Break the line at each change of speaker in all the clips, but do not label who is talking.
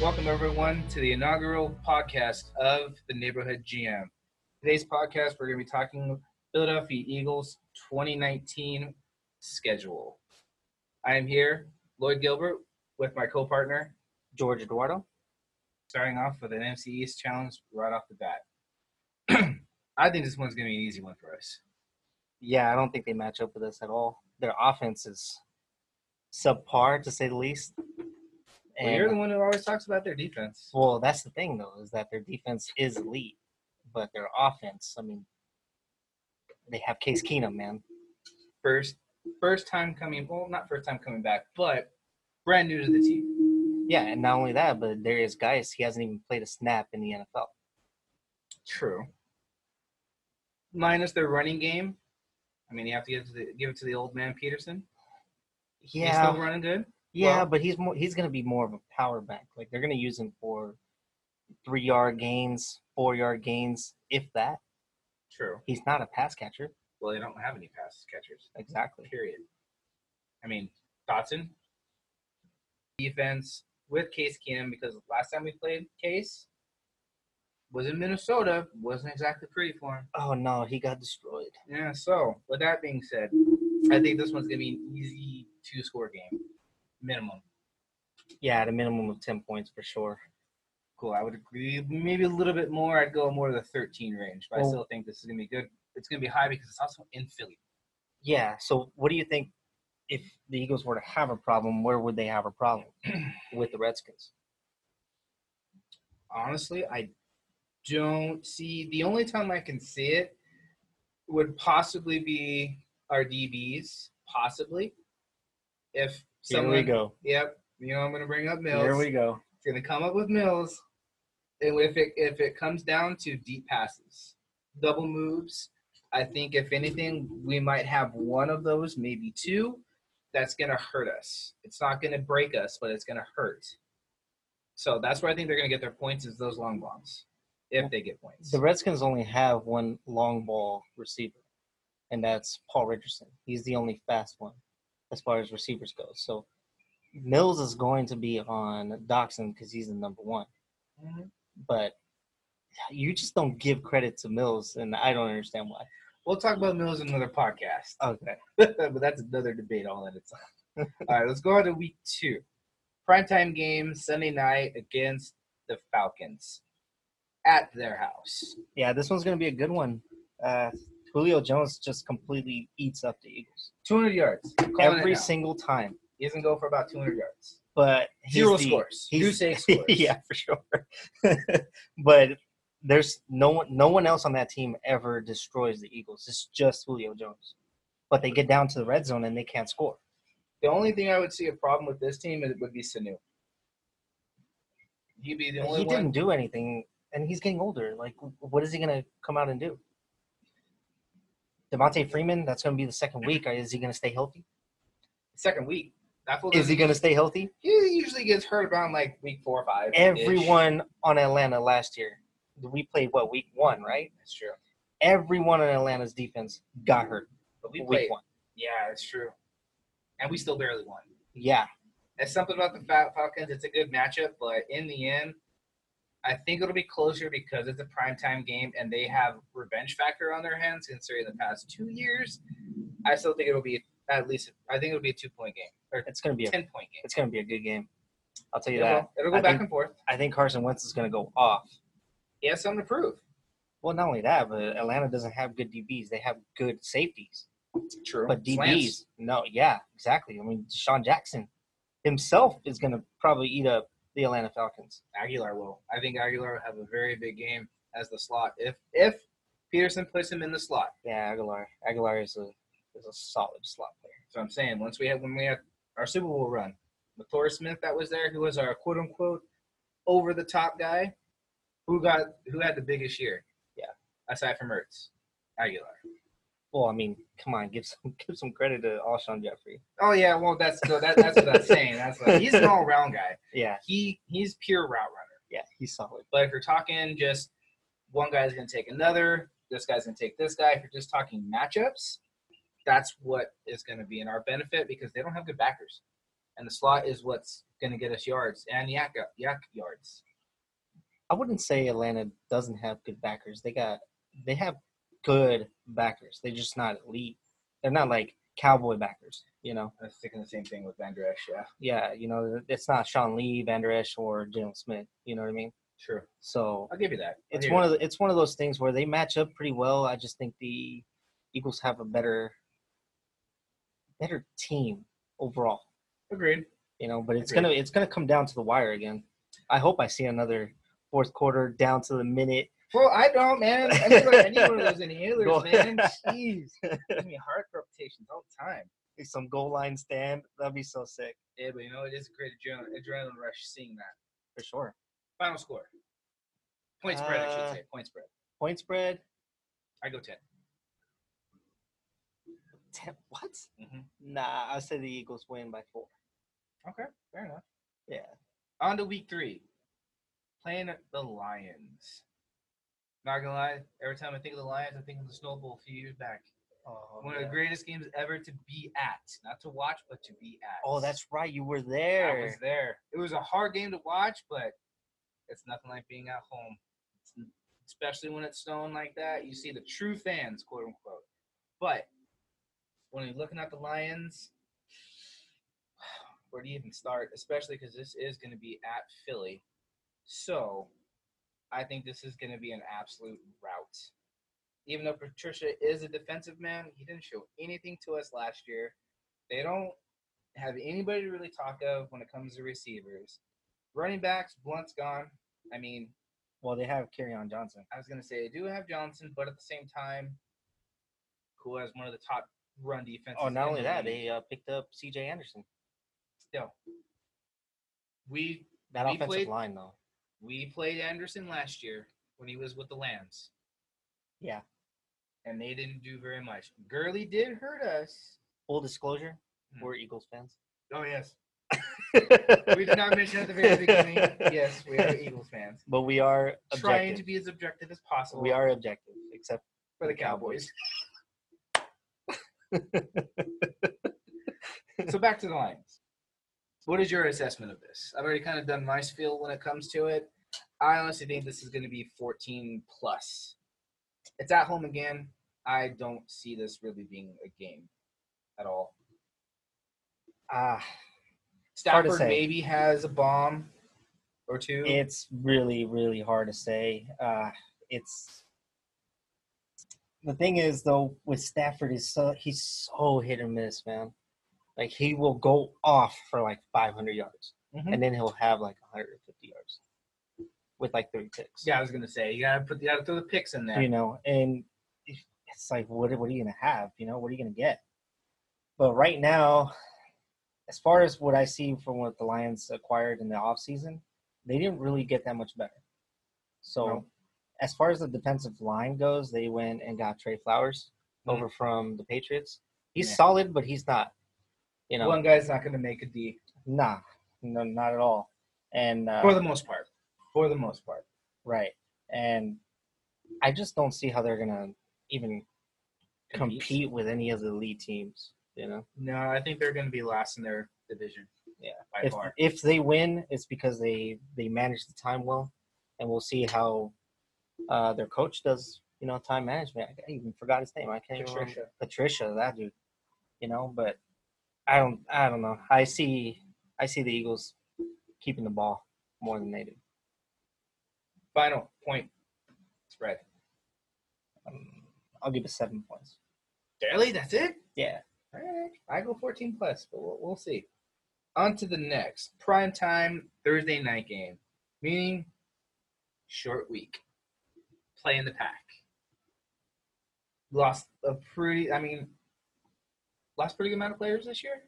Welcome, everyone, to the inaugural podcast of the Neighborhood GM. Today's podcast, we're going to be talking Philadelphia Eagles 2019 schedule. I am here, Lloyd Gilbert, with my co partner,
George Eduardo.
starting off with an MC East challenge right off the bat. I think this one's going to be an easy one for us.
Yeah, I don't think they match up with us at all. Their offense is subpar, to say the least.
Well, you're the one who always talks about their defense.
Well, that's the thing though, is that their defense is elite, but their offense, I mean, they have Case Keenum, man.
First, first time coming, well, not first time coming back, but brand new to the team.
Yeah, and not only that, but there is guys he hasn't even played a snap in the NFL.
True. Minus their running game. I mean, you have to give, to the, give it to the old man Peterson. He's still
Yeah,
running good.
yeah,
well-
but he's more he's gonna be more of a power back. Like they're gonna use him for three yard gains, four yard gains, if that.
True.
He's not a pass catcher.
Well, they don't have any pass catchers.
Exactly.
Period. I mean, Dotson. Defense with Case Keenum because last time we played Case was in Minnesota. Wasn't exactly pretty for him.
Oh no, he got destroyed.
Yeah, so with that being said, I think this one's gonna be an easy two score game. Minimum.
Yeah, at a minimum of ten points for sure.
Cool. I would agree maybe a little bit more. I'd go more to the thirteen range, but I
Well-
still think this is gonna be good. It's gonna be high because it's also in Philly.
Yeah. So, what do you think if the Eagles were to have a problem, where would they have a problem with the Redskins?
honestly, I don't see the only time I can see it would possibly be our DBs, possibly. If someone,
go.
Yep, you know I'm gonna bring up Mills.
go.
It's gonna come up with Mills, and if it if it comes down to deep passes, double moves, I think if anything we might have one of those, maybe two. That's gonna hurt us. It's not gonna break us, but it's gonna hurt. So that's where I think they're gonna get their points is those long bombs, if they get points.
The Redskins only have one long ball receiver, and that's Paul Richardson. He's the only fast one as far as receivers go. So, Mills is going to be on Doxson because he's the number one.
Mhm.
But you just don't give credit to Mills, and I don't understand why.
We'll talk about Mills in another podcast.
Okay.
but that's another debate all in itself. All right, let's go on to week two. Primetime game, Sunday night against the Falcons at their house.
Yeah, this one's going to be a good one. Uh, Julio Jones just completely eats up the Eagles
200 yards. Calling it
every
now.
single time,
He doesn't go for about 200 yards.
but he's
Zero
the-
scores.
he's-
Two safe scores.
yeah, for sure. but there's no one, no one else on that team ever destroys the Eagles. It's just Julio Jones. But they get down to the red zone and they can't score.
The only thing I would see a problem with this team is- would be Sanu. He'd be the only
He
one.
didn't do anything, and he's getting older. Like, what is he going to come out and do? Devontae Freeman, that's going to be the second week. Is he going to stay healthy?
Second week. That fool
Is he
doesn't-
going to stay healthy?
He usually gets hurt around like week four or five.
everyone on Atlanta last year. We played what week one, right?
That's true.
Everyone on Atlanta's defense got hurt
But we
week
played.
one.
Yeah, that's true. And we still barely won.
Yeah,
That's something about the Fal- Falcons. It's a good matchup, but in the end, I think it'll be closer because it's a primetime game and they have revenge factor on their hands considering the past two years. I still think it'll be at least I think it'll be a two point game or
it's gonna be a
ten point game.
it's gonna be a good game. I'll tell you
It
that.
will. It'll go
I
back
think-
and forth.
I think Carson Wentz is gonna go off.
He has something to prove.
Well, not only that, but Atlanta doesn't have good DBs. They have good safeties,
True.
but DBs, no, yeah, exactly. I mean, Deshaun Jackson himself is gonna probably eat up the Atlanta Falcons.
Aguilar will. I think Aguilar will have a very big game as the slot. If if Peterson puts him in the slot.
Yeah, Aguilar. Aguilar is a is a solid slot player.
So I'm saying once we had when we had our Super Bowl run, Latour Smith that was there, who was our quote unquote over the top guy, who got who had the biggest year.
Yeah.
Aside from Ertz, Aguilar.
Well, I mean, come on, give some give some credit to Alshon Jeffrey.
Oh yeah, well that's so that, that's what I'm saying. That's what, he's an all round guy.
Yeah,
He he's pure route runner.
yeah, he's solid.
But if you're talking just one guy's going to take another, this guy's going to take this guy, if you're just talking matchups, that's what is going to be in our benefit because they don't have good backers. and the slot is what's going to get us yards and yak yak yards.
I wouldn't say Atlanta doesn't have good backers. They got they have good backers. They're just not elite. They're not like cowboy backers, you know.
I'm sticking the same thing with Van Der Esch, yeah.
Yeah, you know, it's not Sean Lee, Van Der Esch, or Jalen Smith. You know what I mean?
True.
So
I'll give you that.
it's one of the, it's one of those things where they match up pretty well. I just think the Eagles have a better better team overall,
the agreed.
you know. But it's
Agreed.
gonna it's gonna come down to the wire again. I hope I see another fourth quarter down to the minute.
Well, I don't, man. I need one- I need one of those inhalers,
Go-
man. Jeez, give me heart palpitations all the time.
Some goal line stand that'd be so sick
Yeah, but you know it is a great adrenaline, adrenaline rush seeing that.
for sure.
Final score, point spread, I
Uh,
should say, point spread.
Point spread.
I go ten.
Ten, what?
Mhm.
Nah, I said the Eagles win by four.
Okay, fair enough.
Yeah.
On to week three, playing the Lions. Not gonna lie, every time I think of the Lions, I think of the Snow Bowl a few years back.
Oh,
One of the greatest games ever to be at, not to watch, but to be at.
oh, that's right. You were
I was
there.
there. It was a hard game to watch, but it's nothing like being at home. It's n- especially when it's snowing like that, you see the true fans, quote unquote. But when you're looking at the Lions, where do you even start? Especially because this is going to be at Philly, so I think this is going to be an absolute rout. Even though Patricia is a defensive man, he didn't show anything to us last year. They don't have anybody to really talk of when it comes to receivers. Running backs, Blunt's gone. I mean,
Well, they have Carry on Johnson.
I was gonna say I do have Johnson, but at the same time, who has one of the top run defenses?
Oh, not
in
only
the
that,
league.
they uh, picked up C.J. Anderson.
still we
That
We
offensive
played-
line, though.
we played Anderson last year when he was with the Lambs,
Yeah.
and they didn't do very much. Gurley did hurt us.
Full disclosure,
Hmm.
we're Eagles fans.
Oh yes, we did not mention at the very beginning. Yes, we are Eagles fans.
But we are
Trying to
objective.
be as objective as possible.
We are objective, except
for the Cowboys. so back to the Lions. What is your assessment of this? I've already kind of done my spiel when it comes to it. I honestly think this is going to be 14 plus. It's at home again. I don't see this really being a game at all.
ah, Hard to
Stafford
say.
maybe has a bomb or two.
it's really, really hard to say. Uh, it's the thing is though with Stafford is so he's so hit or miss, man. Like he will go off for like 500 yards,
Mhm.
and then he'll have like 150 yards with like three picks.
yeah, I was gonna say you gotta put you gotta throw the picks in there.
you know, and it's like, what, what are you gonna have? You know, what are you gonna get? But right now, as far as what I see from what the Lions acquired in the offseason, they didn't really get that much better. So,
No.
as far as the defensive line goes, they went and got Trey Flowers
Mhm.
over from the Patriots. He's
Yeah.
solid, but he's not, you know,
One guy's not gonna make a D
nah, no, not at all. And uh,
for the most part. For the most part.
right, and I just don't see how they're gonna even compete with any of the elite teams. You know,
No, I think they're going to be last in their division.
Yeah.
by
if
far.
if they win, it's because they they manage the time well, and we'll see how uh, their coach does. You know, time management. I even forgot his name. I can't even remember.
Patricia.
Patricia, that dude. You know, but I don't. I don't know. I see. I see the Eagles keeping the ball more than they do.
Final point spread.
Um, I'll give it seven points.
Really? That's it?
Yeah.
All right. I go 14 plus, but we'll, we'll see. On to the next prime time Thursday night game, meaning short week. Play in the pack. Lost a pretty, I mean, lost pretty good amount of players this year.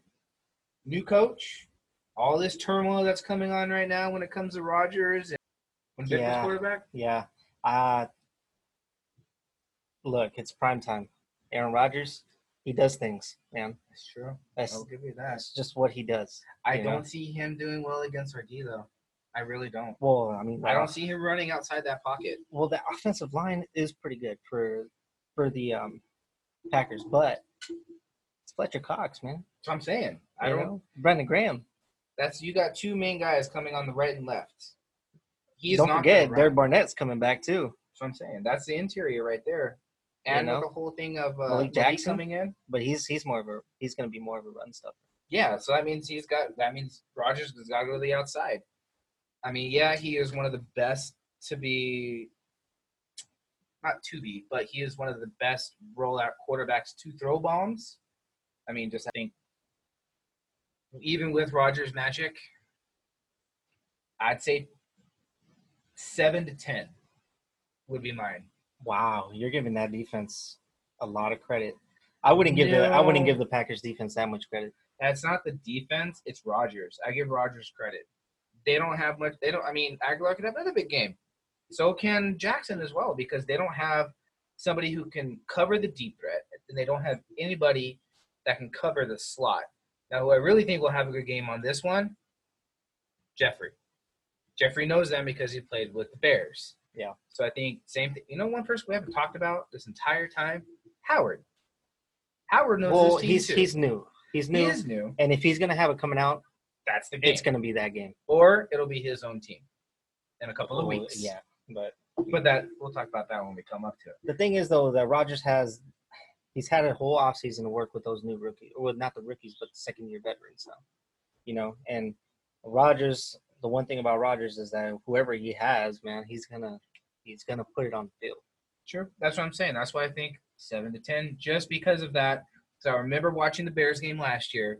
New coach, all this turmoil that's coming on right now when it comes to Rodgers and when Vic was
Yeah.
quarterback.
Yeah. Uh look, it's prime time. Aaron Rodgers, he does things, man.
That's true.
That's
I'll give you that.
that's just what he does.
I
Yeah.
don't see him doing well against RD though. I really don't.
Well, I mean,
I don't see him running outside that pocket.
well, the offensive line is pretty good for for the um, Packers, but it's Fletcher Cox, man.
That's what I'm saying. I
you
don't.
know? Brendan Graham.
That's you got two main guys coming on the right and left. He's
Don't
not
forget,
gonna run.
Derek Barnett's coming back too.
That's what I'm saying. That's the interior right there. And
You know?
with the whole thing of uh,
Malik
Malik
Jackson?
coming in.
But he's he's more of a he's going to be more of a run stuffer.
Yeah, so that means he's got that means Rogers has got to go to the outside. I mean, yeah, he is one of the best to be not to be, but he is one of the best rollout quarterbacks to throw bombs. I mean, just I think even with Rogers' magic, I'd say seven to ten would be mine.
Wow, you're giving that defense a lot of credit. I wouldn't give the I wouldn't
No.
give the Packers defense that much credit.
That's not the defense. It's Rogers. I give Rogers credit. They don't have much. They don't. I mean, Aguilar could have another big game. So can Jackson as well because they don't have somebody who can cover the deep threat, and they don't have anybody that can cover the slot. Now, who I really think will have a good game on this one, Jeffrey. Jeffrey knows them because he played with the Bears.
Yeah.
So I think same thing. You know, one person we haven't talked about this entire time, Howard. Howard knows.
Well,
this team
he's
too.
he's new. He's
he
new.
is new.
And if he's going to have it coming out,
That's the game.
it's going to be that game.
or it'll be his own team in a couple of
Well,
weeks.
Yeah. But
But that we'll talk about that when we come up to it.
the thing is though that Rogers has he's had a whole offseason to work with those new rookies well not the rookies but the second year veterans now. You know, and Rogers the one thing about Rogers is that whoever he has, man, he's gonna he's gonna put it on the field.
Sure. That's what I'm saying. That's why I think seven to ten, just because of that. So I remember watching the Bears game last year.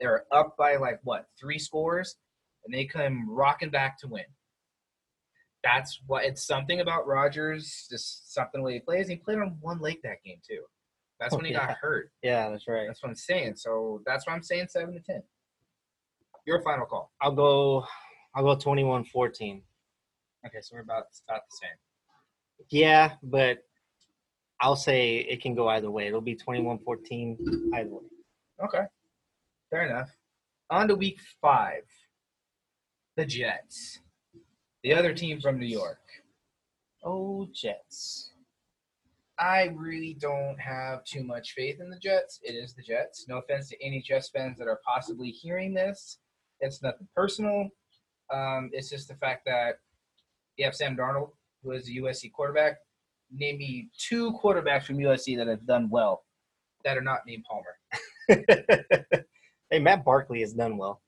They were up by like what three scores, and they come rocking back to win. That's what it's something about Rogers, just something the way he plays. He played on one leg that game too. That's when he
Oh, Yeah.
got hurt.
Yeah, that's right.
That's what I'm saying. So that's why I'm saying seven to ten. Your final call.
I'll go I'll go 21-14.
Okay, so we're about about the same.
Yeah, but I'll say it can go either way. It'll be 21-14 either way.
Okay. Fair enough. On to week five. The Jets. The other team from New York.
Oh, Jets.
I really don't have too much faith in the Jets. It is the Jets. No offense to any Jets fans that are possibly hearing this. It's nothing personal. Um, it's just the fact that you have Sam Darnold, who is a USC quarterback. Name me two quarterbacks from USC that have done well that are not named Palmer.
hey, Matt Barkley has done well.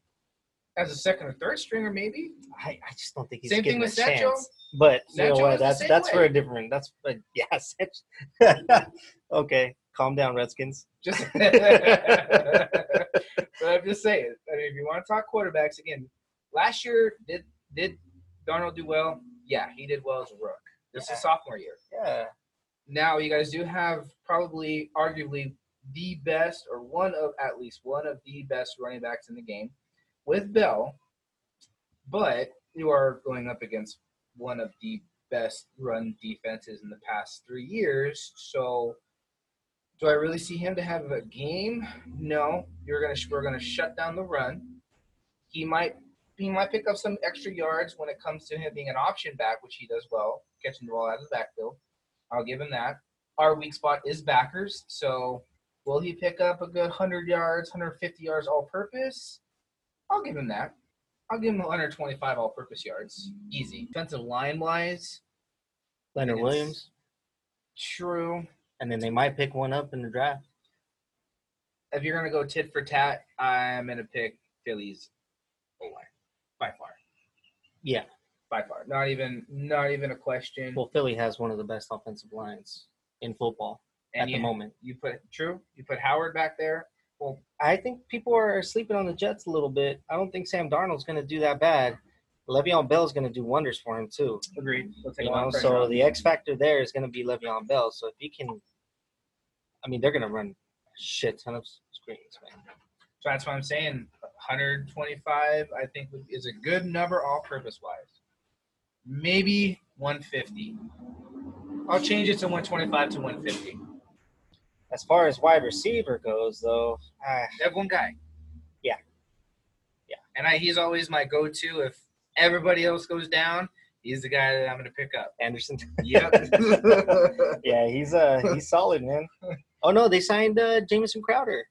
As a second or third stringer, maybe.
I, I just don't think he's
Same thing
given
with
a
Satchel.
chance. But you know
Sancho
what?
was the
That's
same
that's for
way.
a different. That's but yeah. Sancho- okay, calm down, Redskins.
Just but I'm just saying. I mean, if you want to talk quarterbacks again, last year did did Darnold do well? Yeah, he did well as a rook. This
Yeah.
is sophomore year.
Yeah,
Now you guys do have probably arguably the best or one of at least one of the best running backs in the game with Bell, but you are going up against one of the best run defenses in the past three years. So do I really see him to have a game? No. You're gonna we're gonna shut down the run. He might he might pick up some extra yards when it comes to him being an option back, which he does well, catching the ball out of the backfield. I'll give him that. Our weak spot is backers, so will he pick up a good 100 yards, 150 yards all purpose? I'll give him that. I'll give him 125 all purpose yards. Easy. Defensive line wise,
Leonard
Yes.
Williams,
true.
and then they might pick one up in the draft.
if you're gonna go tit for tat, I'm gonna pick Phillies O line by far,
Yeah,
by far. Not even, not even a question.
well, Philly has one of the best offensive lines in football at
and
the
you,
moment.
you put true, you put Howard back there. Well,
I think people are sleeping on the Jets a little bit. I don't think Sam Darnold's going to do that bad. Le'Veon Bell's going to do wonders for him too.
agreed. We'll take
You
a lot
know,
of pressure
so
off.
the X factor there is going to be Le'Veon Bell. So if you can, I mean, they're going to run a shit ton of screens, man.
So that's what I'm saying. 125, I think, would- is a good number all-purpose wise. Maybe 150. I'll change it to 125 to 150.
As far as wide receiver goes, though, ah,
They have one guy.
Yeah. Yeah.
And I, he's always my go-to if everybody else goes down. He's the guy that I'm gonna pick up.
Anderson.
Yep.
yeah, he's uh he's solid, man. Oh no, they signed uh, Jamison Crowder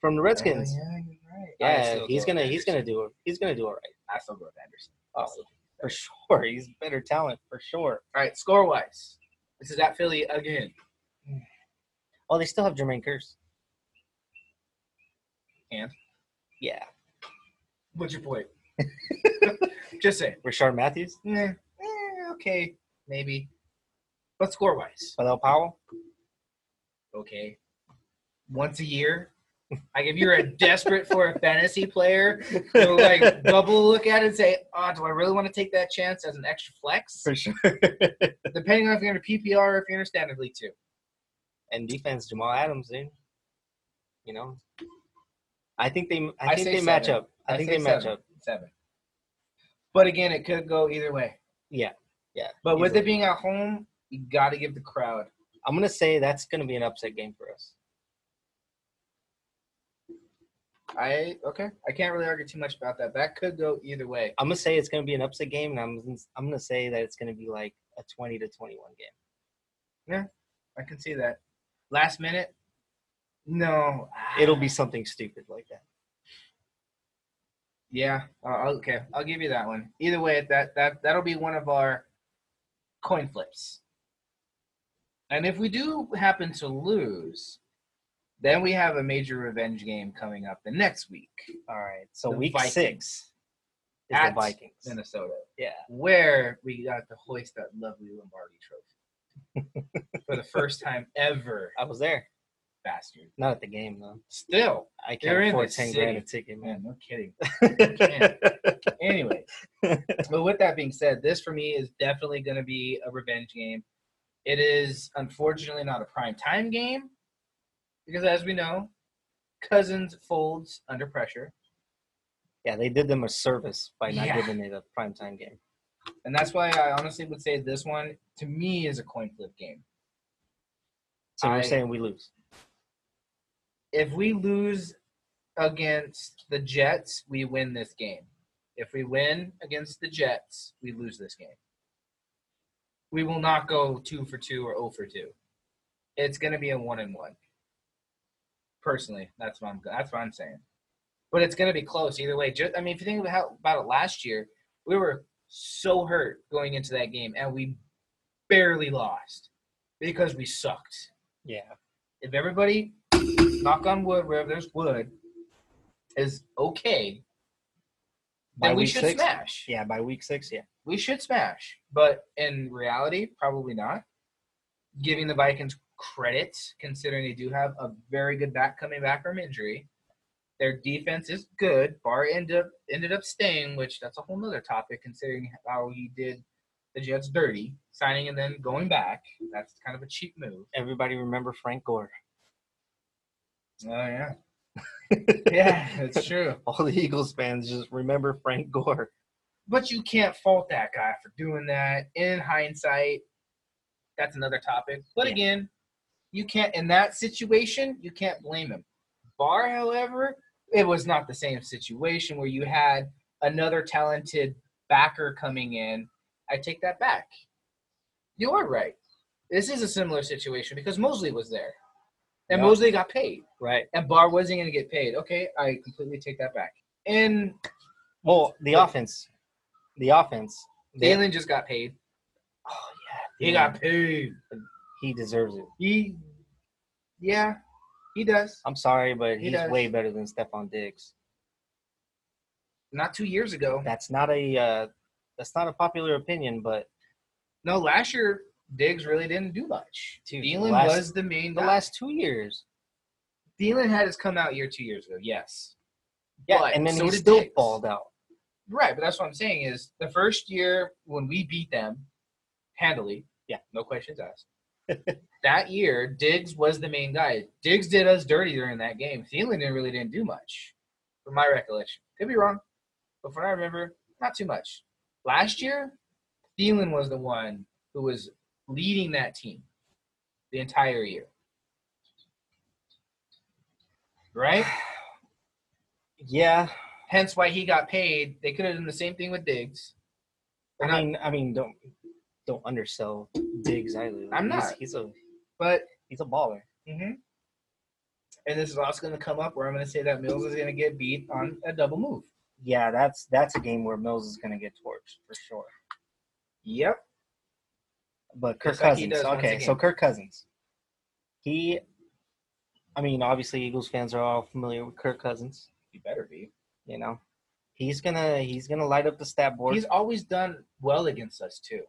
from the Redskins.
Oh, yeah, you're right. I
Yeah,
still
he's
go
gonna
with
he's gonna do it. He's gonna do it right
I still go with Anderson.
Oh. for sure. He's better talent for sure.
All right, score wise, this is at Philly again,
Oh, they still have Jermaine Curse.
And?
yeah,
What's your point? Just saying.
Richard Matthews,
Nah, eh, okay, maybe. But score wise,
Bilal Powell.
okay. Once a year, like if you're a desperate for a fantasy player, you'll like double look at it and say, "Oh, do I really want to take that chance as an extra flex?"
for sure.
Depending on if you're in a PPR or if you're in a standard league too.
and defense, Jamal Adams, dude. You know, I think they I,
I
think
say
they match
seven.
up. I,
I
think
say
they match
seven.
up.
Seven. But again, it could go either way.
Yeah, yeah.
But with
easily.
it being at home, you got to give the crowd.
I'm gonna say that's gonna be an upset game for us.
I okay. I can't really argue too much about that. That could go either way.
I'm gonna say it's gonna be an upset game, and I'm I'm gonna say that it's gonna be like a 20 to 21 game.
I can see that. Last minute? No.
It'll be something stupid like that.
Yeah. Uh, okay. I'll give you that one. Either way, that that that'll be one of our coin flips. And if we do happen to lose, then we have a major revenge game coming up the next week.
All right, so
The
week
Vikings.
six is the
At
Vikings.
Minnesota.
Yeah,
where we got to hoist that lovely Lombardi trophy for the first time ever,
I was there.
bastard.
Not at the game though.
Still,
I can't
They're in
afford
the
10
city.
grand a ticket, man.
man, no kidding. can't. Anyway, but with that being said, this for me is definitely going to be a revenge game. It is unfortunately not a prime time game because, as we know, Cousins folds under pressure,
yeah, they did them a service by not
Yeah.
giving it a primetime game.
and that's why I honestly would say this one to me is a coin flip game.
So
I-
you're saying we lose?
if we lose against the Jets, we win this game. If we win against the Jets, we lose this game. We will not go two for two or 0 for two. It's going to be a one and one. Personally, that's what I'm that's what I'm saying. But it's going to be close either way. Just, I mean, if you think about, how, about it last year, we were so hurt going into that game, and we barely lost because we sucked
Yeah,
if everybody knock on wood wherever there's wood is okay then
By
we
week
should
six?
smash
yeah. By week six, yeah.
we should smash but in reality probably not giving the vikings credit considering they do have a very good back coming back from injury their defense is good barr ended up ended up staying which that's a whole nother topic considering how he did the jets dirty signing and then going back that's kind of a cheap move
Everybody remember Frank Gore?
oh yeah yeah that's true
All the Eagles fans just remember Frank Gore.
But you can't fault that guy for doing that. In hindsight, that's another topic. But
Yeah.
again, you can't in that situation, you can't blame him. Barr, however, it was not the same situation where you had another talented backer coming in. I take that back. You are right. This is a similar situation because Mosley was there. And
Yeah.
Mosley got paid.
Right.
And Barr wasn't gonna get paid. Okay, I completely take that back. And
Well, the offense, the offense. They,
Dalen just got paid.
oh yeah,
He
dude.
got paid.
He deserves it.
He, yeah, he does.
I'm sorry, but
He
he's
does.
way better than Stephon Diggs.
Not two years ago.
That's not a uh, that's not a popular opinion, but
No, last year Diggs really didn't do much.
Dude,
Thielen
last-
was the main.
the
guy.
last two years,
Thielen had his come out year two years ago. Yes.
yeah,
But
and then
so
he
did
still
Diggs.
balled out.
Right, but that's what I'm saying is the first year when we beat them, handily.
Yeah.
No questions asked. that year, Diggs was the main guy. Diggs did us dirty during that game. Thielen didn't really didn't do much, from my recollection. Could be wrong, but from what I remember, not too much. Last year, Thielen was the one who was leading that team the entire year. Right?
Yeah,
Hence why he got paid. They could have done the same thing with Diggs. They're
I
not-
mean, I mean, don't don't undersell Diggs either. Like,
I'm
he's-
not.
He's a
but
he's a baller.
hmm Mm-hmm. And this is also going to come up where I'm going to say that Mills is going to get beat on a double move.
Yeah, that's that's a game where Mills is going to get torched for sure.
Yep.
But Kirk
Just like he
Cousins.
does once
Okay,
again.
so Kirk Cousins. He, I mean, obviously Eagles fans are all familiar with Kirk Cousins.
You better be.
You know, he's gonna he's gonna light up the stat board
He's always done well against us too.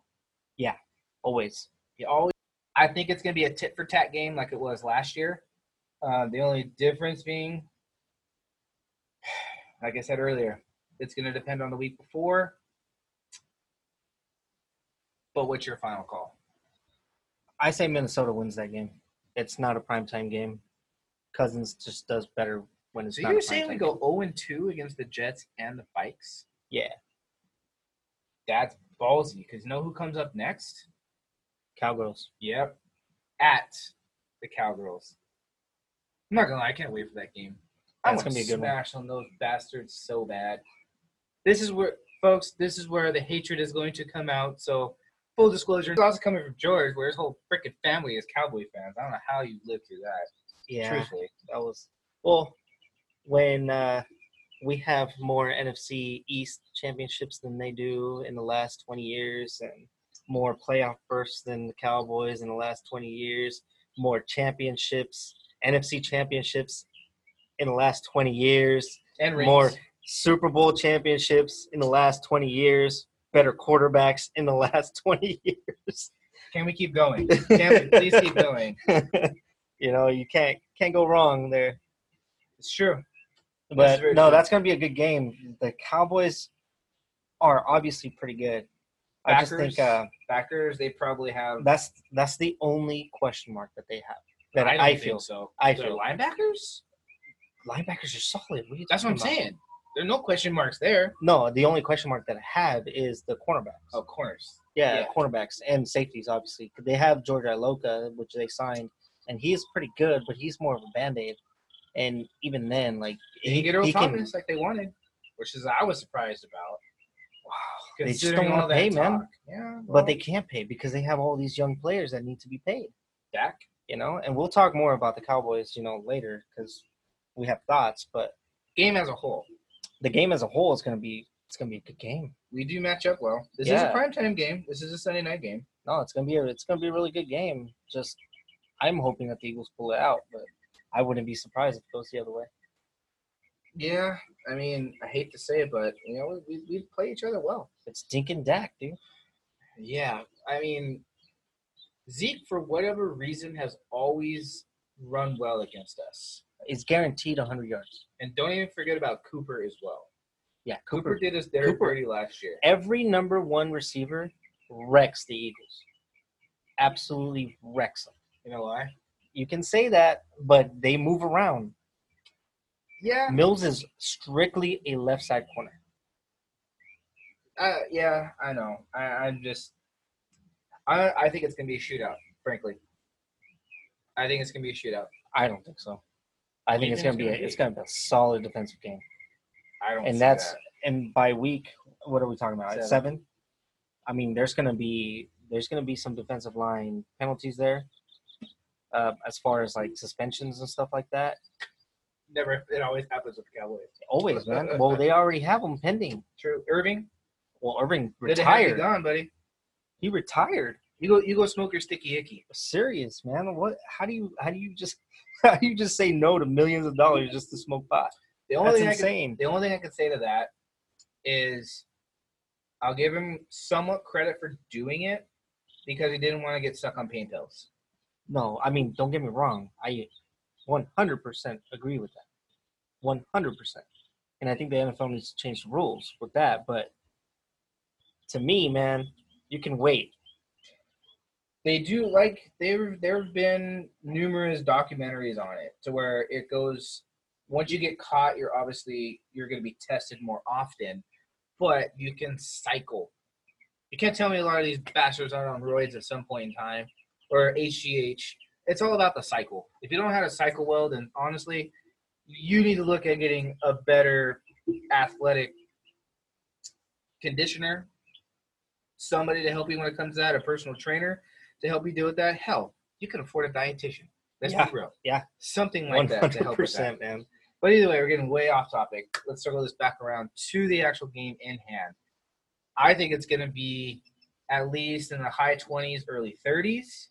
always.
He always. I think it's going to be a tit for tat game like it was last year. Uh, the only difference being, like I said earlier, it's going to depend on the week before. But what's your final call?
I say Minnesota wins that game. It's not a primetime game. Cousins just does better when it's
So
not.
you're
a
saying we
primetime
go
game.
0 and 2 against the Jets and the Bikes?
Yeah,
That's ballsy because you know who comes up next?
Cowgirls.
Yep. At the Cowgirls. I'm not gonna lie, I can't wait for that game. I'm
That's
gonna
gonna be a good one.
smash on those bastards so bad. This is where folks, this is where the hatred is going to come out. So full disclosure, it's also coming from George, where his whole freaking family is cowboy fans. I don't know how you lived through that.
Yeah,
Truthfully.
that was well when uh, we have more NFC East championships than they do in the last 20 years, and more playoff bursts than the Cowboys in the last 20 years, more championships, NFC championships in the last 20 years,
And rings.
more Super Bowl championships in the last 20 years, better quarterbacks in the last 20 years.
Can we keep going? Can we please keep going?
you know, you can't can't go wrong there.
It's true. That's
But
very
no,
true.
that's going to be a good game. The Cowboys are obviously pretty good. I just
Packers?
think uh,
Backers, they probably have
that's that's the only question mark that they have. That I,
don't think
feel
so.
I
Their
feel.
linebackers?
linebackers are solid. What are you
That's what I'm
talking about?
saying. There are no question marks there.
No, the only question mark that I have is the cornerbacks.
Of course.
Yeah,
Oh, Yeah.
cornerbacks and safeties, obviously. 'Cause They have George Iloka, which they signed, and he is pretty good, but he's more of a band aid. And even then, like
They didn't get Earl Thomas like they wanted, which is I was surprised about.
Wow, they just
considering
don't want
all
to
that
pay, man.
talk. Yeah, well,
But they can't pay because they have all these young players that need to be paid.
Dak.
you know and we'll talk more about the cowboys you know later because we have thoughts but
Game as a whole,
the game as a whole is going to be it's going to be a good game
we do match up well. This is
Yeah.
a primetime game. This is a Sunday night game.
no it's going to be a, it's going to be a really good game just i'm hoping that the eagles pull it out but i wouldn't be surprised if it goes the other way
Yeah, I mean, I hate to say it, but you know, we we play each other well.
it's dink and dak dude
Yeah, I mean, Zeke for whatever reason has always run well against us,
it's guaranteed 100 yards
and don't even forget about Cooper as well.
yeah
Cooper,
cooper
did us dirty
Cooper.
Cooper. last year.
every number one receiver wrecks the eagles absolutely wrecks them
You know why?
you can say that but they move around
Yeah,
mills is strictly a left side corner
uh, yeah, I know. I, I'm just, I, I think it's gonna be a shootout. Frankly, I think it's gonna be a shootout.
I don't think so. I
do
think
you
it's
think it's
gonna be a,
gonna be?
it's gonna be a solid defensive game.
I don't. see
And that's
that.
and by week, what are we talking about? Seven.
Seven.
I mean, there's gonna be there's gonna be some defensive line penalties there, uh, as far as like suspensions and stuff like that.
never. It always happens with the Cowboys.
Always, man. Well, they already have them pending.
True. Irving
Well, Irving
good to have you
retired.
gone, buddy.
He retired.
You go. You go smoke your sticky icky.
Serious, man. What? How do you how do you just how do you just say no to millions of dollars just to smoke pot?
The only
That's
thing I can,
insane.
the only thing I can say to that is, I'll give him somewhat credit for doing it because he didn't want to get stuck on pain pills.
No, I mean, don't get me wrong. I 100% agree with that. 100%. And I think the NFL needs to change the rules with that. But to me, man, you can wait.
they do like there there have been numerous documentaries on it to where it goes once you get caught you're obviously you're going to be tested more often but you can cycle you can't tell me a lot of these bastards aren't on roids at some point in time or hgh it's all about the cycle if you don't know how to cycle well then honestly you need to look at getting a better athletic conditioner somebody to help you when it comes to that a personal trainer to help you deal with that. Hell, you can afford a dietitian. Let's be real.
yeah.
Something like
One
that to help with that.
hundred percent, man.
But either way, we're getting way off topic. Let's circle this back around to the actual game in hand. I think it's going to be at least in the high 20s, early 30s.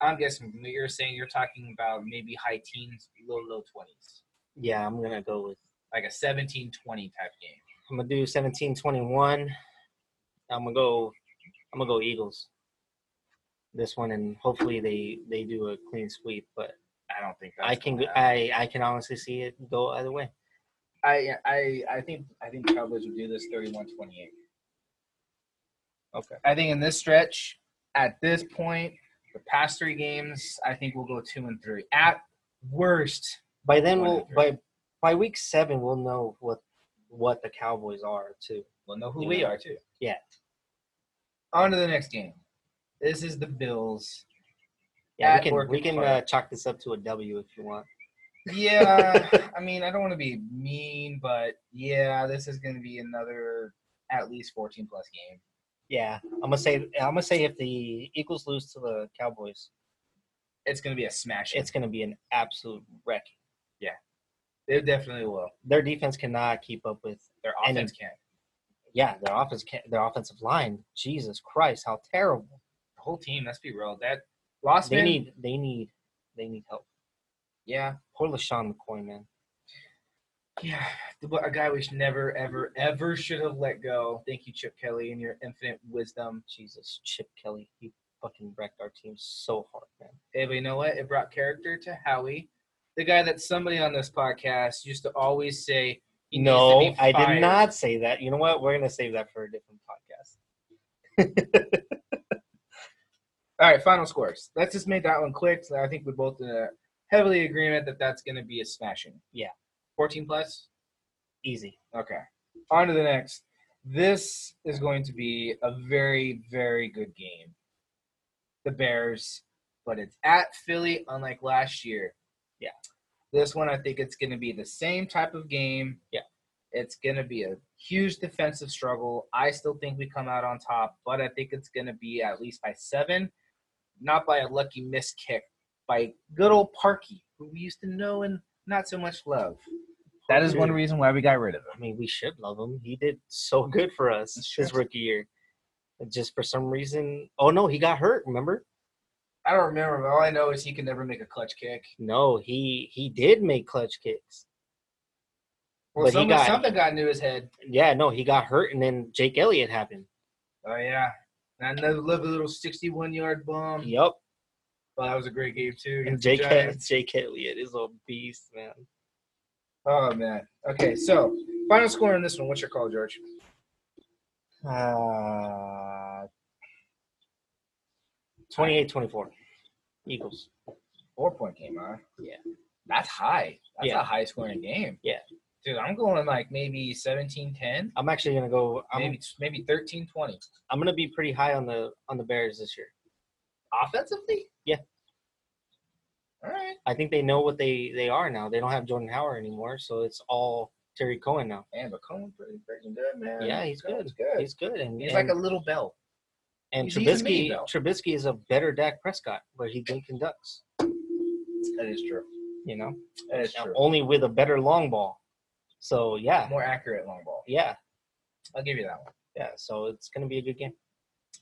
I'm guessing you're saying you're talking about maybe high teens, low, low 20s,
Yeah, I'm gonna go with.
like a 17 20 type game.
I'm gonna do 17-21. I'm gonna go. I'm gonna go Eagles. This one, and hopefully they they do a clean sweep. But
I don't think that's
I can
gonna happen.
I I can honestly see it go either way.
I, I, I think I think Cowboys would do this 31 28.
Okay.
I think in this stretch, at this point, the past three games, I think we'll go two and three. At worst,
By then,
One
we'll
and three.
by by week seven, we'll know what what the Cowboys are too.
We'll know who
You
we
know?
are too.
Yeah.
On to the next game. This is the Bills.
Yeah,
At
we can
Orchard
we can uh,
Park.
chalk this up to a W if you want.
Yeah, I mean, I don't want to be mean, but yeah, this is going to be another at least 14 plus game.
Yeah, I'm gonna say I'm gonna say if the Eagles lose to the Cowboys,
It's going to be a smash.
it's gonna be an absolute wreck.
it definitely will.
Their defense cannot keep up with.
Their
And-
offense can't.
Yeah, their offense can, their offensive line. Jesus Christ, how terrible!
The whole team, let's be real. That lost
They need they need they need help.
Yeah.
Poor LaShawn McCoy, man.
Yeah. But a guy we should never, ever, ever should have let go. Thank you, Chip Kelly, and your infinite wisdom.
Jesus, Chip Kelly, he fucking wrecked our team so hard, man.
Hey, but you know what? It brought character to Howie, the guy that somebody on this podcast used to always say, he needs to
No,
be
I
fired.
did not say that. You know what? We're gonna save that for a different podcast.
All right, final scores. Let's just make that one quick. So I think we both uh, heavily agreement that that's going to be a smashing.
Yeah.
14 plus?
Easy.
Okay. On to the next. This is going to be a very, very good game. The Bears, but it's at Philly, unlike last year.
Yeah.
This one, I think it's going to be the same type of game.
Yeah.
It's going to be a huge defensive struggle. I still think we come out on top, but I think it's going to be at least by seven, not by a lucky missed kick, by good old Parky, who we used to know and not so much love. That is one reason why we got rid of him.
I mean, we should love him. He did so good for us
That's
his
true.
rookie year. But Just for some reason, oh no, he got hurt. Remember?
I don't remember, but all I know is he can never make a clutch kick.
No, he he did make clutch kicks.
Well,
But he
something,
got-
something got into his head.
Yeah, no, he got hurt, and then Jake Elliott happened.
Oh yeah, and another lovely little sixty-one yard bomb.
Yep,
Well, that was a great game too.
and
against the
Jake
Giants.
Jake Elliott is a beast, man.
Oh man. Okay, so final score on this one. What's your call, George?
Uh, 28-24. Eagles.
Four-point game, huh?
Yeah.
That's high. That's
Yeah.
a high-scoring game.
Yeah.
Dude, I'm going like maybe 17-10,
I'm actually gonna go. I'm
maybe maybe 13-20.
I'm gonna be pretty high on the on the Bears this year.
Offensively?
Yeah.
All right.
I think they know what they they are now. They don't have Jordan Howard anymore, so it's all Terry Cohen now.
Man, but Cohen's pretty freaking good, man.
Yeah, he's good.
Cohen's good.
He's good, and
He's
and,
like a little bell.
and
he's easy to
Trubisky.
beat, though.
Trubisky is a better Dak Prescott, but he can conducts.
That is true.
You know,
That is
Now,
true.
only with a better long ball. So yeah,
More accurate long ball.
yeah,
I'll give you that one.
yeah. So it's gonna be a good game.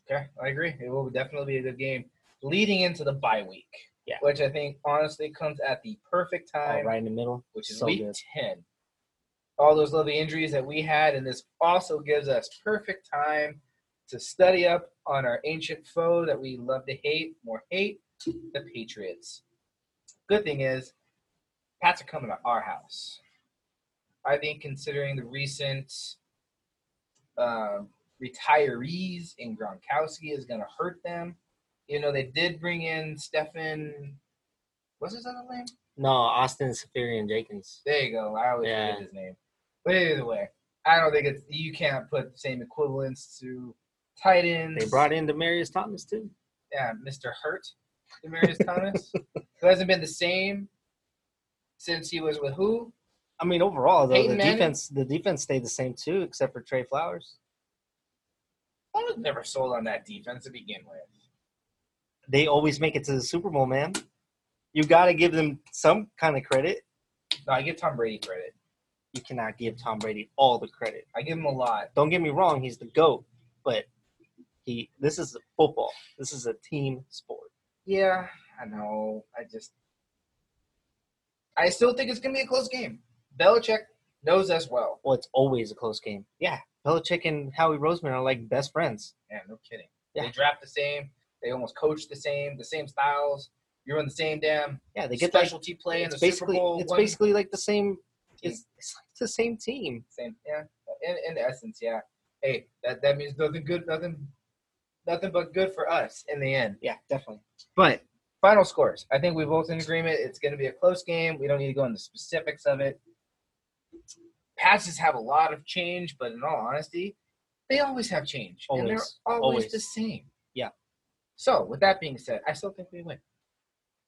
Okay, I agree. It will definitely be a good game leading into the bye week.
Yeah.
Which I think honestly comes at the perfect
All
time,
right in the middle,
which is
so
week
good.
10. All those lovely injuries that we had, and this also gives us perfect time to study up on our ancient foe that we love to hate, more hate, the Patriots. Good thing is, Pats are coming to our house. I think considering the recent um, retirees in Gronkowski is going to hurt them. You know, they did bring in Stefan. What's his other name?
No, Austin Safarian Jenkins.
There you go. I always
Yeah.
forget his name. But either way, I don't think it's you can't put the same equivalents to tight ends.
They brought in Demarius Thomas too.
yeah, Mr. Hurt, Demarius Thomas, who hasn't been the same since he was with who?
I mean, overall though,
Peyton
the
Manning?
defense the defense stayed the same too, except for Trey Flowers.
I was never sold on that defense to begin with.
They always make it to the Super Bowl, man. You got to give them some kind of credit.
No, I give Tom Brady credit.
You cannot give Tom Brady all the credit.
I give him a lot.
Don't get me wrong, he's the GOAT, but he this is football. This is a team sport.
Yeah, I know. I just, I still think it's gonna be a close game. Belichick knows us well.
Well, it's always a close game. Yeah. Belichick and Howie Roseman are like best friends.
Yeah, no kidding. They
Yeah.
draft the same. They almost coach the same. The same styles. You're in the same damn
Yeah, they get that.
specialty play in
it's
the
basically
Super Bowl.
it's
one-
basically like the same. It's, it's like the same team.
same. Yeah, in, in essence, yeah. Hey, that that means nothing good, nothing, nothing but good for us in the end.
Yeah, definitely.
But final scores, I think we both in agreement. It's going to be a close game. We don't need to go into specifics of it. Passes have a lot of change, but in all honesty, they always have change, and they're
Always.
always,
Always.
the same.
Yeah.
So with that being said, I still think we win.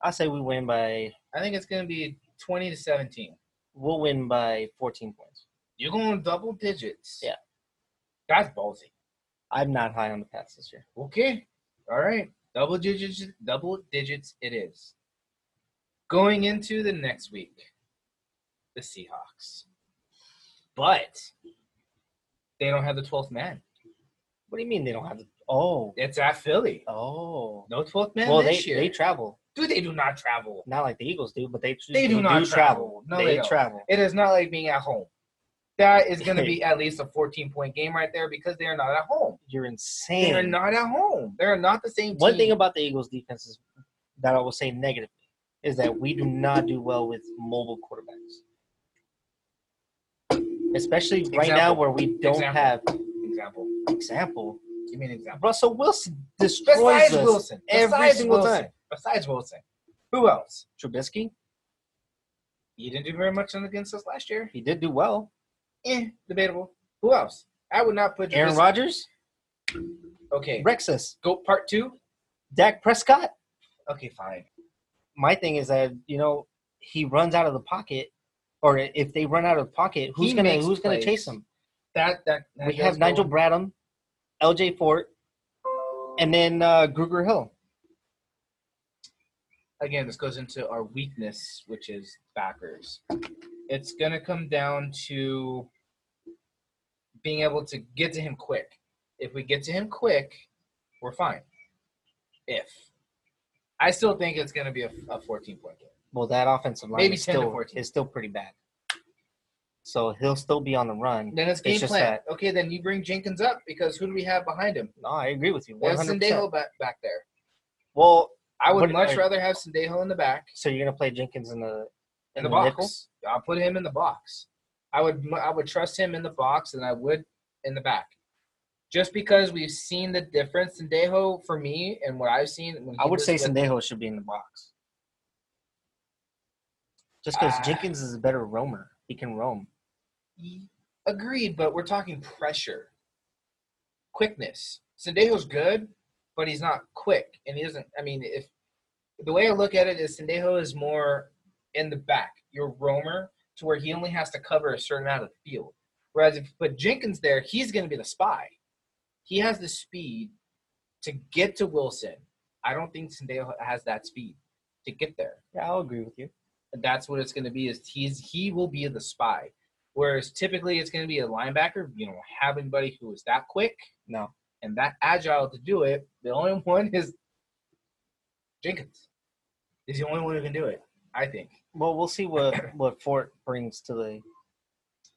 I say we win by
I think it's going to be twenty to seventeen.
we'll win by 14 points.
You're going double digits.
Yeah.
That's ballsy.
I'm not high on the Pats this year.
Okay. All right. Double digits. Double digits. It is. Going into the next week, the Seahawks, but they don't have the twelfth man.
What do you mean they don't have? The, oh,
It's at Philly.
oh.
No twelfth man
well, they
this year.
they travel.
do they do not travel?
Not like the Eagles do, but they
They do not travel. No, they don't.
travel.
It is not like being at home. That is going to be at least a fourteen-point game right there because they are not at home.
You're
They are
insane.
not at home. They are not the same.
One
team.
thing about the Eagles' defense is that I will say negatively is that we do not do well with mobile quarterbacks, especially right now
Example.
where we don't
Example.
have
example.
example.
Give me an example.
Russell Wilson destroys
Besides
us
Wilson.
every
besides
single
Wilson,
time.
Besides Wilson. Who else?
Trubisky,
He didn't do very much against us last year.
he did do well.
Eh, debatable. Who else? I would not put
Aaron
Trubisky-
Rodgers
Okay.
wrecks us.
Go part two.
Dak Prescott
Okay, fine.
my thing is that you know he runs out of the pocket, or if they run out of the pocket, who's
He
gonna
makes
who's gonna
plays.
chase him?
That that, that
We
does
have
go-
Nigel Bradham, L.J. Fort, and then uh, Gruger Hill.
again. This goes into our weakness, which is backers. It's gonna come down to being able to get to him quick. If we get to him quick, we're fine. If I still think it's gonna be a, a 14 point game.
Well, that offensive line
Maybe
is
10 to
still
14.
is still pretty bad. So he'll still be on the run.
Then it's
It's
game
just
plan. Okay, then you bring Jenkins up because who do we have behind him?
No, I agree with you.
We
One
have
hundred percent.
Sendejo back, back there.
Well,
I would
What-
much
I-
rather have Sendejo in the back
so you're gonna play Jenkins in the
in
in
the,
the
box.
nickel?
I'll put him in the box. I would mu- I would trust him in the box and I would in the back. Just because we've seen the difference Sendejo for me and what I've seen when
I
he
would
was
say
with-
Sendejo should be in the box. Just because
Ah.
Jenkins is a better roamer, he can roam.
agreed, but we're talking pressure. Quickness. Sendejo's good, but he's not quick and he doesn't I mean if the way I look at it is Sendejo is more in the back, your roamer, to where he only has to cover a certain amount of the field. Whereas if you put Jenkins there, he's going to be the spy. He has the speed to get to Wilson. I don't think Sendejo has that speed to get there.
Yeah, I'll agree with you.
And that's what it's going to be. Is he's he will be the spy. Whereas typically it's going to be a linebacker. You don't have anybody who is that quick
No,
and that agile to do it. The only one is Jenkins. Is the only one who can do it. I think.
Well, we'll see what what Fort brings to the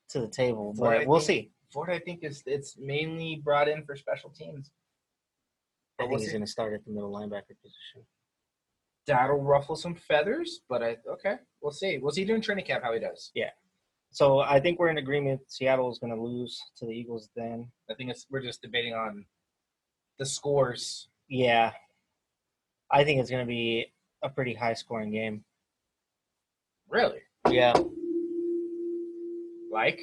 to the table,
Fort, I
but we'll
think-
see.
Ford, I think is it's mainly brought in for special teams. But
I think
we'll
he's
see.
going to start at the middle linebacker position.
That'll ruffle some feathers, but I okay. We'll see. We'll see during training camp how he does.
So I think we're in agreement. Seattle is going to lose to the Eagles. Then,
I think it's we're just debating on the scores.
yeah, I think it's going to be a pretty high scoring game.
Really,
Yeah,
like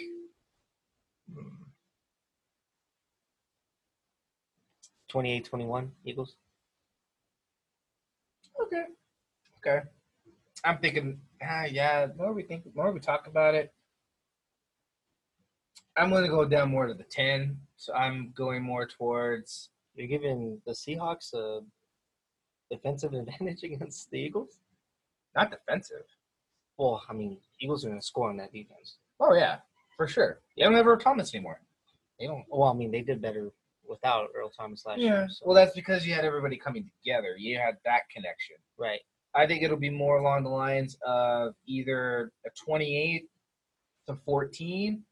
twenty eight twenty one Eagles.
okay, okay. I'm thinking, ah, yeah. The more we think, the more we talk about it, I'm going to go down more to the ten. So I'm going more towards
You're giving the Seahawks a defensive advantage against the Eagles.
Not defensive.
Well, I mean, Eagles are going to score on that defense.
Oh yeah, for sure. They don't have Earl Thomas anymore.
They don't. Well, I mean, they did better without Earl Thomas last year. So,
Well, that's because you had everybody coming together. You had that connection.
right.
I think it'll be more along the lines of either a 28 to 14,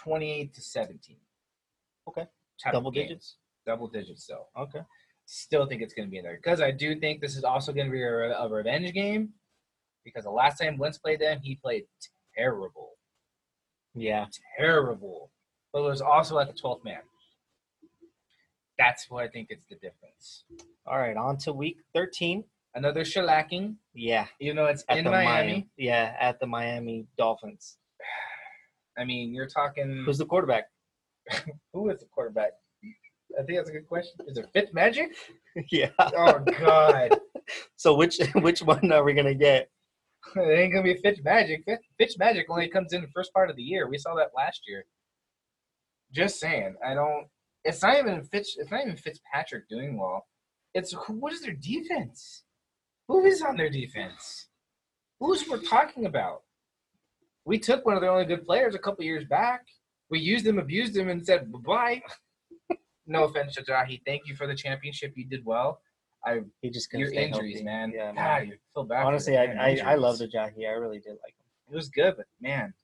28 to 17.
Okay.
Type of
Double
game.
digits.
Double digits, though.
Okay.
Still think it's going to be in there because I do think this is also going to be a, a revenge game because the last time Wentz played them, he played terrible.
Yeah.
Terrible. But it was also at the 12th man. That's what I think it's the difference.
All right. On to week 13.
Another shellacking.
Yeah.
You know, it's in
the
Miami.
Miami- Yeah. At the Miami Dolphins.
I mean, you're talking.
Who's the quarterback?
Who is the quarterback? I think that's a good question. Is it Fitz Magic?
yeah.
Oh God,
So which which one are we gonna get?
it ain't gonna be Fitz Magic. Fitz, Fitz Magic only comes in the first part of the year. We saw that last year. Just saying, I don't. It's not even Fitz. It's not even Fitzpatrick doing well. It's who- what is their defense? Who is on their defense? Who's we're talking about? We took one of their only good players a couple years back. We used him, abused him, and said bye. no offense, Shadrahi. Thank you for the championship. You did well. I
He just couldn't
your
stay
injuries,
healthy.
man.
Yeah.
God,
Man.
you feel bad. for
Honestly,
the
I
man,
I, I
injuries.
loved Ajahi. I really did like him.
It was good, but man,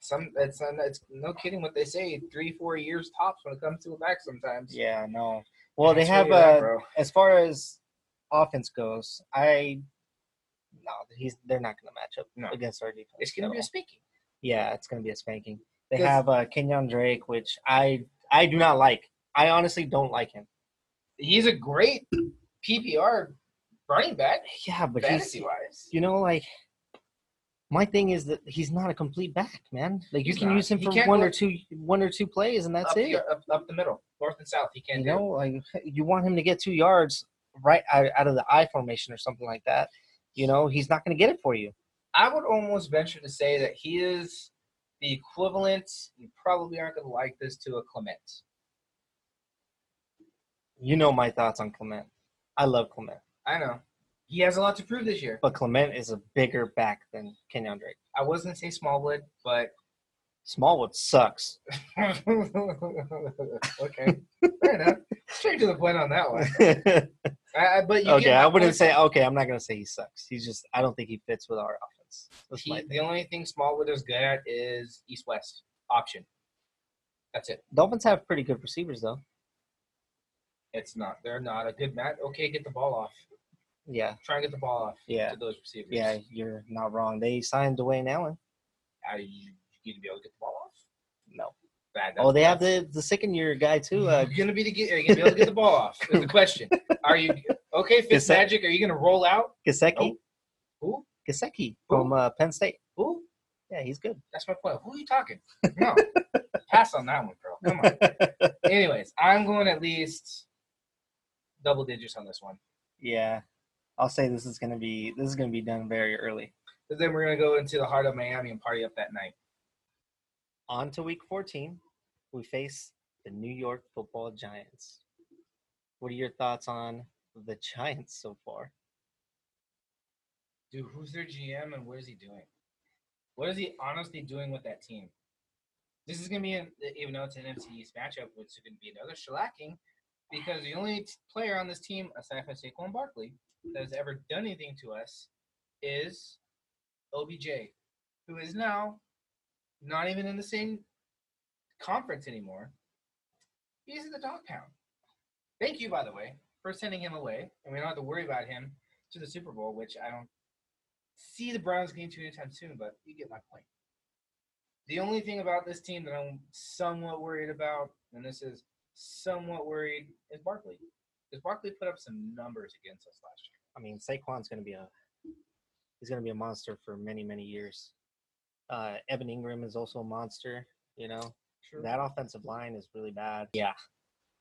some it's, uh, it's no kidding what they say. Three, four years tops when it comes to a back sometimes.
Yeah. No. Well, they
That's
have
where you're at,
uh,
bro.
as far as offense goes. I no, he's they're not gonna match up
No.
against our defense.
It's gonna
at
be
all.
a speaking.
yeah, it's gonna be a spanking. They
'Cause-
have uh, Kenyon Drake, which I I do not like. I honestly don't like him.
He's a great PPR running back,
Yeah, but he's
fantasy wise.
you know like my thing is that he's not a complete back man like you
He's
can
not.
use him
He
for
can't
one
go-
or two one or two plays and that's
Up,
it
the- up, up the middle, north and south. He
you
can't do.
know like you want him to get two yards right out, out of the i formation or something like that you know he's not going to get it for you
I would almost venture to say that he is the equivalent. You probably aren't gonna like this to a Clement.
you know my thoughts on clement i love clement
I know he has a lot to prove this year.
but clement is a bigger back than kenyon drake
I was gonna say Smallwood, but
smallwood sucks
okay, fair enough. Straight to the point on that one.
okay
I, I, but you get my
i wouldn't
point.
say okay i'm not going to say he sucks he's just i don't think he fits with our offense that's
He-
my thing.
the only thing Smallwood is good at is East West option. That's it.
dolphins have pretty good receivers though
It's not. They're not a good match. Okay, get the ball off.
yeah
Try and get the ball off
yeah
to those receivers.
Yeah, you're not wrong. They signed Dwayne Allen.
Are you going to be able to get the ball off?
No.
Bad.
Oh, they have the the second year guy too. Uh,
You're gonna be to get. Are you gonna be able to get the ball off? Is the question. Are you okay?
Is
Fitz
that-
Magic. Are you gonna roll out?
Gasecki.
Nope. Who?
Gasecki from uh, Penn State.
Who?
Yeah, he's good.
That's my point. Who are you talking? No. Pass on that one, bro. Come on. Anyways, I'm going at least double digits on this one.
yeah, I'll say this is gonna be this is gonna be done very early.
But then we're gonna go into the heart of Miami and party up that night.
On to week 14, we face the New York Football Giants. What are your thoughts on the Giants so far?
Dude, who's their GM and what is he doing? What is he honestly doing with that team? This is gonna be an, even though it's an NFC East matchup, which is gonna be another shellacking, because the only t- player on this team, aside from Saquon Barkley, that has ever done anything to us is OBJ, who is now not even in the same conference anymore. He's in the dog pound. Thank you, by the way, for sending him away, and we don't have to worry about him to the Super Bowl, which I don't see the Browns getting to anytime soon, but you get my point. The only thing about this team that I'm somewhat worried about, and this is somewhat worried, is Barkley. Because Barkley put up some numbers against us last year.
I mean, Saquon's gonna be a he's gonna be a monster for many many years. Uh, Evan Ingram is also a monster. You know, That offensive line is really bad. Yeah,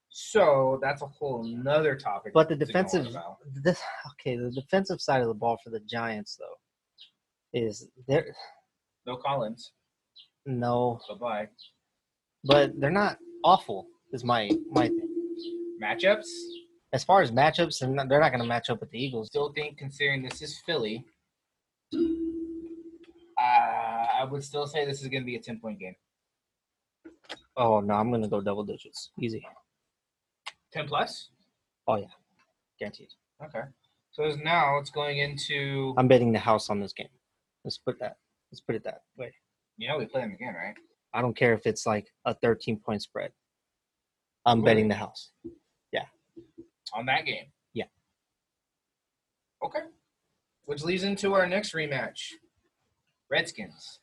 So that's a whole nother topic.
but the
to go on
defensive,
about.
the, okay, the defensive side of the ball for the Giants though is they're
No Collins.
no,
Bye bye.
but they're not awful. Is my my thing.
Matchups.
as far as matchups, they're not, they're not going to match up with the Eagles.
Still think, considering this is Philly, uh, I would still say this is going to be a 10 point game.
Oh no, I'm gonna go double digits, easy,
10 plus?
guaranteed.
Okay. So it's now it's going into.
I'm betting the house on this game. Let's put that. Let's put it that way.
You know, we play them again, right?
I don't care if it's like a 13 point spread. I'm
Really?
betting the house.
On that game.
Yeah.
Okay. Which leads into our next rematch Redskins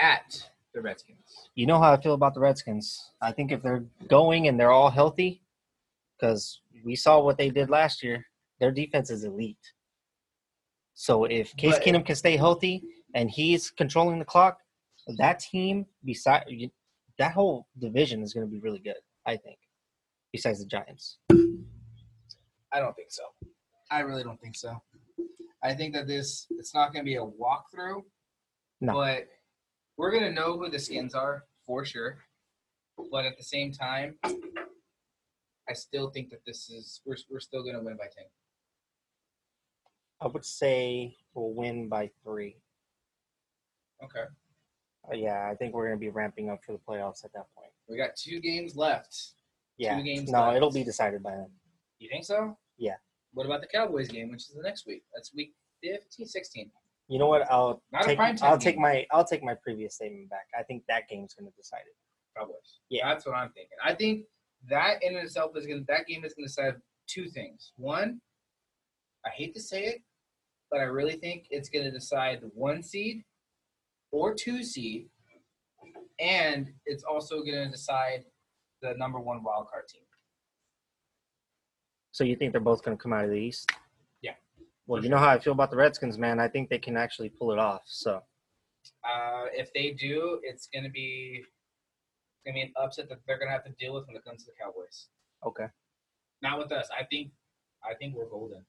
at the Redskins.
You know how I feel about the Redskins. I think if they're going and they're all healthy, because we saw what they did last year, their defense is elite. So if Case
But-
Keenum can stay healthy and he's controlling the clock, that team beside that whole division is going to be really good. I think. Besides the Giants,
I don't think so. I really don't think so. I think that this it's not going to be a walkthrough,
No.
but we're going to know who the skins are for sure. But at the same time, I still think that this is we're we're still going to win by ten.
I would say we'll win by three.
Okay,
Uh, yeah, I think we're going to be ramping up for the playoffs at that point.
we got two games left.
Yeah,
Two games
no,
left.
it'll be decided by then.
You think so?
Yeah.
What about the Cowboys game, which is the next week? That's week 15, 16.
You know what? I'll
Not a
take,
primetime
I'll take
game.
my I'll take my previous statement back. I think that game's going to decide it.
Cowboys.
Yeah.
that's what I'm thinking. I think that in itself is gonna that game is gonna decide two things. One, I hate to say it, but I really think it's gonna decide the one seed or two seed, and it's also gonna decide the number one wild card team.
So you think they're both going to come out of the East?
Yeah.
Well, you know how I feel about the Redskins, man. I think they can actually pull it off. So
Uh, if they do, it's gonna be it's gonna be an upset that they're gonna have to deal with when it comes to the Cowboys.
okay.
Not with us. I think I think we're golden.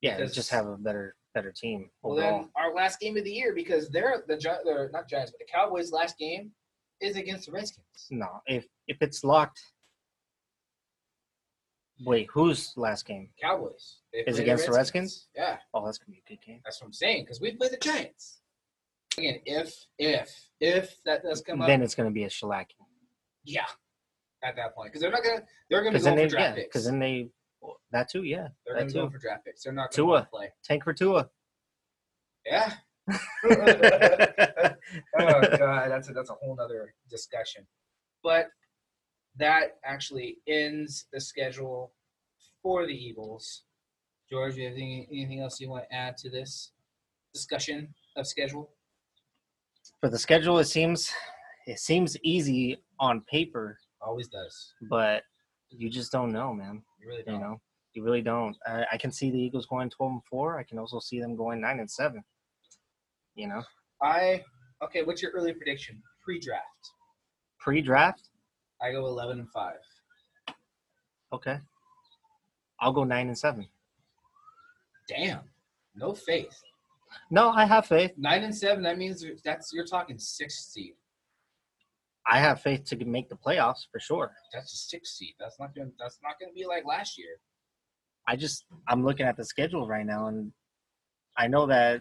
Yeah,
Because-
just have a better better team
Well,
overall.
then our last game of the year because they're the Gi- they're not Giants, but the Cowboys' last game is against the Redskins.
no, if if it's locked. Wait, whose last game?
Cowboys They
Is
play
against the
Yeah,
Oh, that's gonna be a good game.
that's what I'm saying because we play the Giants. Again, if if if that does come
then
up,
it's gonna be a shellacking.
yeah, at that point because they're not gonna they're gonna be
Because then
going
they,
for
yeah,
draft
because
picks.
then they, that too, yeah,
They're
that
gonna be going
too.
for draft picks. They're not gonna
Tua.
wanna play.
Tank for Tua.
Yeah. oh
yeah,
god, that's a, that's a whole nother discussion. But that actually ends the schedule for the Eagles. George, you have anything, anything else you want to add to this discussion of schedule?
for the schedule it seems it seems easy on paper
Always does.
but you just don't know man
You really
you
don't.
know you really don't I, I can see the eagles going 12 and 4 i can also see them going 9 and 7 you know
I okay. What's your early prediction? Pre-draft,
pre-draft
I go eleven and five.
okay i'll go 9 and 7
Damn, no faith.
no i have faith
Nine and seven. That means you're- that's you're talking six seed.
i have faith to make the playoffs for sure
That's a six seed. That's not gonna. That's not gonna be like last year.
I just I'm looking at the schedule right now, and I know that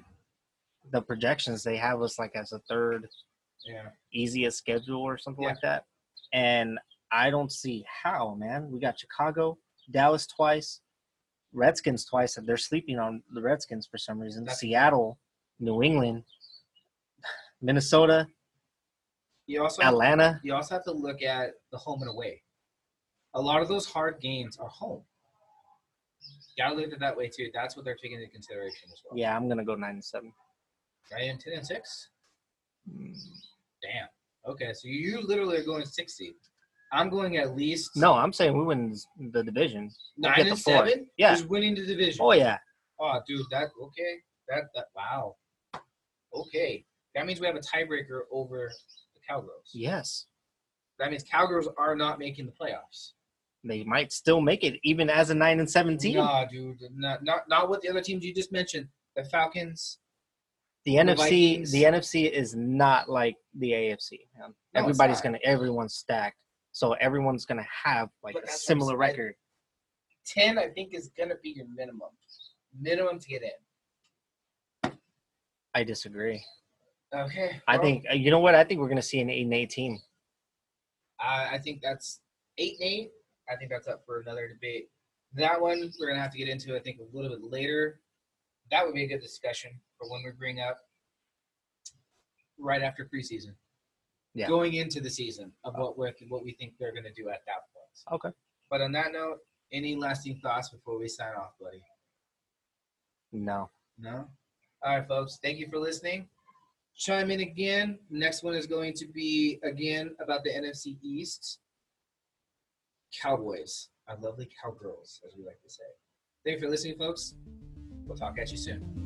the projections they have us like as a third
Yeah.
easiest schedule or something
Yeah.
like that, and I don't see how, man. We got Chicago, Dallas twice, Redskins twice, and they're sleeping on the Redskins for some reason.
That's-
Seattle, New England, Minnesota,
You also
Atlanta.
you also have to look at the home and away. A lot of those hard games are home. Gotta look at it that way too. That's what they're taking into consideration as well.
Yeah, I'm gonna go nine and seven.
Right in ten and six?
Mm,
Damn. Okay, so you literally are going six seed. I'm going at least
No, I'm saying we win the division.
nine
get the
and
four.
seven
Yeah.
is winning the division.
Oh yeah,
Oh, dude, that okay. That that wow. Okay. That means we have a tiebreaker over the Cowgirls.
yes.
That means Cowgirls are not making the playoffs.
They might still make it, even as a nine and seventeen.
Nah, dude, not not not with the other teams you just mentioned. The Falcons.
The
the
NFC,
Vikings.
the NFC is not like the AFC. Man.
No, it's
Everybody's
not.
gonna, everyone's stacked, so everyone's gonna have like
But
a
that's what I'm
similar
saying.
record.
Ten, I think, is gonna be your minimum, minimum to get in.
I disagree.
Okay.
I
well,
think uh, you know what? I think we're gonna see an eight and eighteen.
I, I think that's eight and eight. I think that's up for another debate. That one we're gonna have to get into. I think a little bit later. That would be a good discussion for when we bring up right after preseason.
Yeah. Oh.
Going into the season of what we what we think they're gonna do at that point.
Okay.
But on that note, any lasting thoughts before we sign off, buddy?
No.
No? All right, folks. Thank you for listening. Chime in again. Next one is going to be again about the NFC East. Cowboys. Our lovely cowgirls, as we like to say. Thank you for listening, folks. We'll talk at you soon.